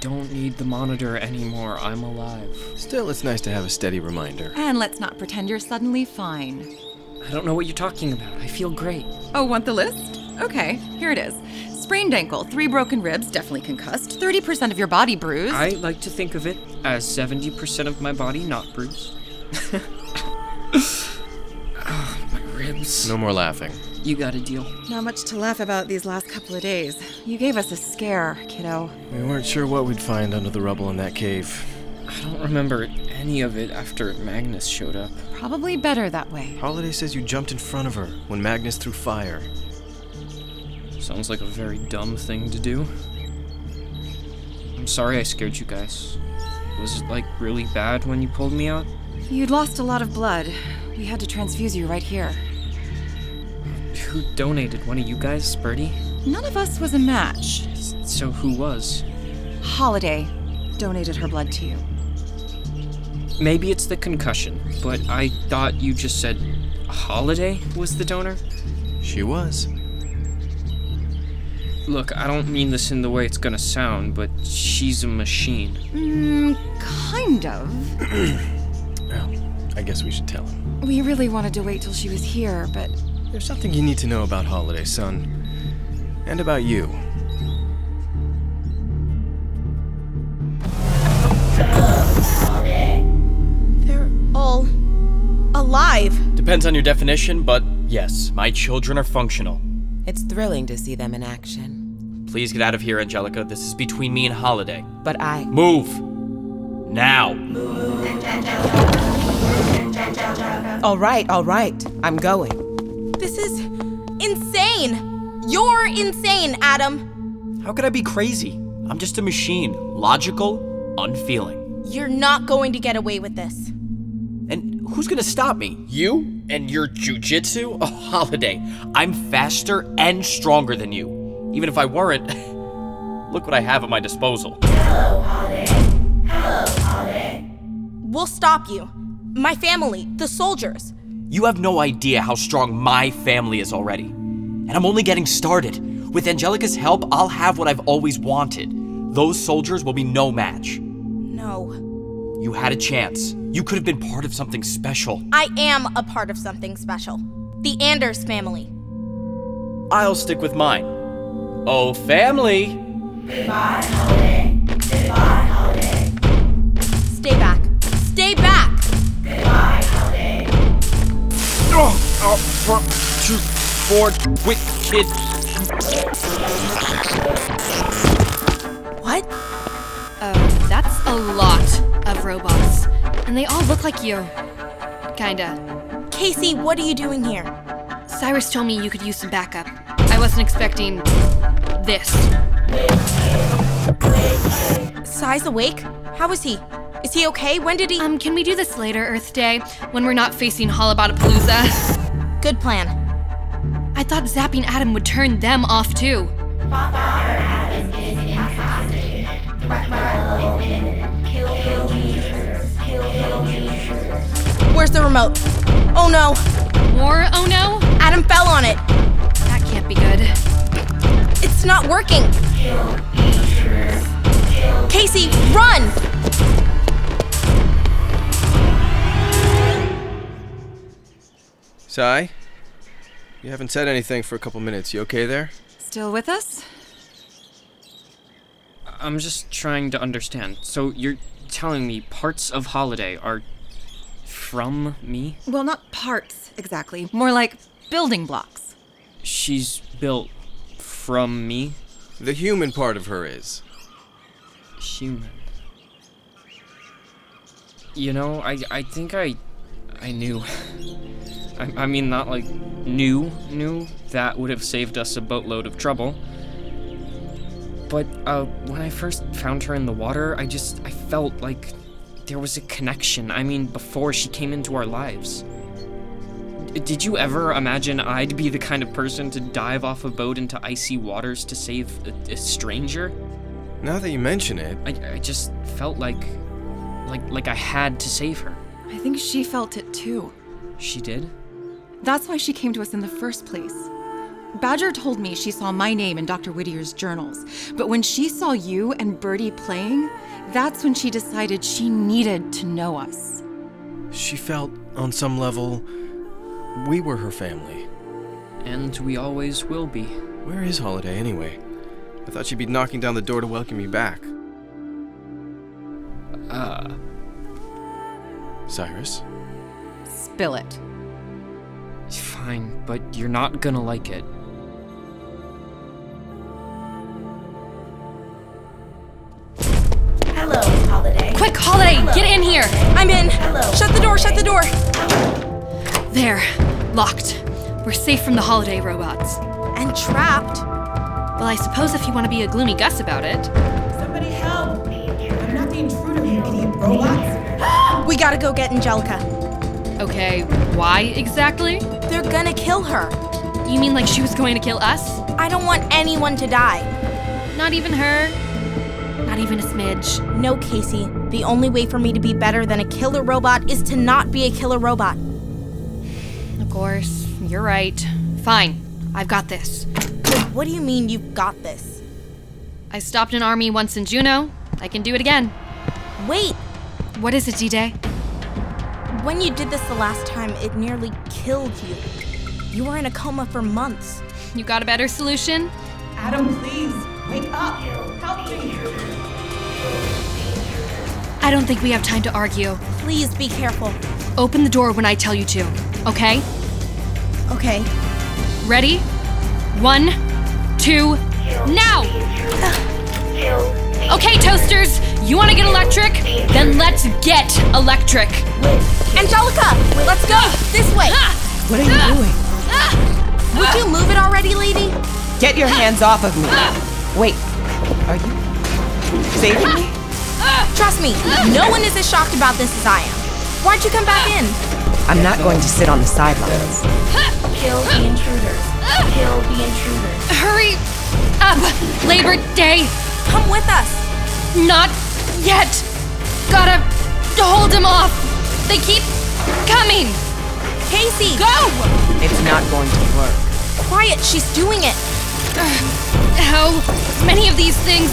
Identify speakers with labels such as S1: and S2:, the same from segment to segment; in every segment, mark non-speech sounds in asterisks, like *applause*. S1: the monitor anymore. I'm alive.
S2: Still, it's nice to have a steady reminder.
S3: And let's not pretend you're suddenly fine.
S1: I don't know what you're talking about. I feel great.
S3: Oh, want the list? Okay, here it is. Sprained ankle, three broken ribs, definitely concussed, 30% of your body bruised.
S1: I like to think of it as 70% of my body not bruised. *laughs* oh, my ribs.
S2: No more laughing.
S1: You got a deal.
S3: Not much to laugh about these last couple of days. You gave us a scare, kiddo.
S2: We weren't sure what we'd find under the rubble in that cave.
S1: I don't remember any of it after Magnus showed up.
S3: Probably better that way.
S2: Holiday says you jumped in front of her when Magnus threw fire.
S1: Sounds like a very dumb thing to do. I'm sorry I scared you guys. Was it like really bad when you pulled me out?
S3: You'd lost a lot of blood. We had to transfuse you right here.
S1: Who donated? One of you guys, Birdie?
S3: None of us was a match.
S1: S- So who was?
S3: Holiday donated her blood to you.
S1: Maybe it's the concussion, but I thought you just said Holiday was the donor?
S2: She was.
S1: Look, I don't mean this in the way it's gonna sound, but she's a machine.
S3: Mm, kind of.
S2: Well, I guess we should tell him.
S3: We really wanted to wait till she was here, but
S2: There's something you need to know about Holiday, son. And about you.
S4: They're all alive.
S5: Depends on your definition, but yes, my children are functional.
S6: It's thrilling to see them in action.
S5: Please get out of here, Angelica. This is between me and Holiday.
S6: But I.
S5: Move! Now!
S6: All right, all right. I'm going.
S4: This is insane. You're insane, Adam.
S5: How could I be crazy? I'm just a machine. Logical, unfeeling.
S4: You're not going to get away with this.
S5: And who's gonna stop me? You? And your jujitsu? Oh, Holiday. I'm faster and stronger than you. Even if I weren't, *laughs* look what I have at my disposal.
S4: We'll stop you. My family, the soldiers.
S5: You have no idea how strong my family is already. And I'm only getting started. With Angelica's help, I'll have what I've always wanted. Those soldiers will be no match.
S4: No,
S5: You had a chance. You could have been part of something special.
S4: I am a part of something special. The Anders family.
S5: I'll stick with mine. Oh, family!
S4: Stay back. Stay back.
S5: Ford Wicked.
S4: What?
S7: Oh, that's a lot of robots. And they all look like you. Kinda.
S4: Casey, what are you doing here?
S7: Cyrus told me you could use some backup. I wasn't expecting this.
S4: Sai's awake? How is he? Is he okay? When did he?
S7: Um, can we do this later, Earth Day, when we're not facing Halabatapalooza?
S4: Good plan.
S7: *laughs* I thought zapping Adam would turn them off too.
S4: Where's the remote? Oh no!
S7: Or, oh no,
S4: Adam fell on it.
S7: that can't be good.
S4: It's not working. Casey, run!
S2: Sai? You haven't said anything for a couple minutes. You okay there?
S3: still with us?
S1: I'm just trying to understand. So you're telling me parts of Holiday are from me?
S3: Well, not parts exactly, more like building blocks.
S1: She's built from me?
S2: The human part of her is.
S1: Human. You know, I, I think I I knew. *laughs* I, I mean, not like knew, knew. That would have saved us a boatload of trouble. But uh, when I first found her in the water, I just I felt like there was a connection. I mean, before she came into our lives. D- Did you ever imagine I'd be the kind of person to dive off a boat into icy waters to save a, a stranger?
S2: Now that you mention it,
S1: I, I just felt like, like, like I had to save her.
S3: I think she felt it too.
S1: She did.
S3: That's why she came to us in the first place. Badger told me she saw my name in Dr. Whittier's journals, but when she saw you and Birdie playing, that's when she decided she needed to know us.
S2: She felt, on some level, we were her family.
S1: And we always will be.
S2: Where is Holiday anyway? I thought she'd be knocking down the door to welcome you back.
S1: Uh,
S2: Cyrus?
S3: Spill it.
S1: fine, but you're not gonna like it.
S8: Hello, Holiday.
S7: Quick, Holiday, get in here!
S4: I'm in. Shut the door, shut the door.
S7: There, locked. We're safe from the holiday robots.
S4: And trapped.
S7: Well, I suppose if you want to be a gloomy Gus about it.
S8: Somebody help! I'm not the intruder, you idiot robots.
S4: We gotta go get Angelica.
S7: Okay, why exactly?
S4: They're gonna kill her.
S7: You mean like she was going to kill us?
S4: I don't want anyone to die.
S7: Not even her. Not even a smidge.
S4: No, Casey. The only way for me to be better than a killer robot is to not be a killer robot.
S7: Of course, you're right. Fine, I've got this.
S4: Wait, what do you mean you've got this?
S7: I stopped an army once in Juneau. I can do it again.
S4: Wait,
S7: What is it, D Day?
S4: when you did this the last time, it nearly killed you. You were in a coma for months.
S7: You got a better solution?
S8: Adam, please, wake up! Help me!
S7: I don't think we have time to argue.
S4: Please be careful.
S7: Open the door when I tell you to, okay?
S4: Okay.
S7: Ready? One, two, now! Okay, toasters, you wanna get electric? Then let's get electric!
S4: Angelica, let's go! This way!
S6: What are you doing?
S4: Would you move it already, lady?
S6: Get your hands off of me. Wait, are you saving me?
S4: Trust me, no one is as shocked about this as I am. Why don't you come back in?
S6: I'm not going to sit on the sidelines.
S8: Kill the intruders. Kill the intruders.
S7: Hurry up! Labor Day,
S4: Come with us.
S7: not yet! Gotta hold them off! They keep coming!
S4: Casey,
S7: Go!
S6: It's not going to work.
S4: quiet, she's doing it.
S7: How many of these things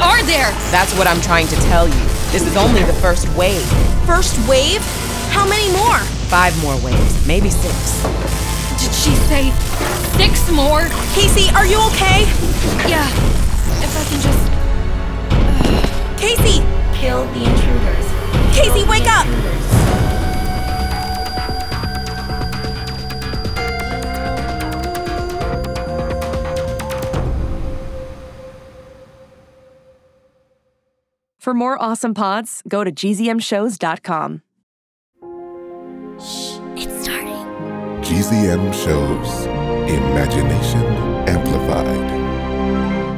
S7: are there?
S6: That's what I'm trying to tell you. This is only the first wave.
S4: First wave? How many more?
S6: Five more waves, maybe six.
S7: Did she say six more?
S4: Casey, are you okay?
S7: Yeah. If I can just.
S4: Casey!
S8: Kill the intruders.
S4: Casey, wake up!
S9: For more awesome pods, go to gzmshows.com.
S8: It's starting.
S10: GZM shows Imagination Amplified.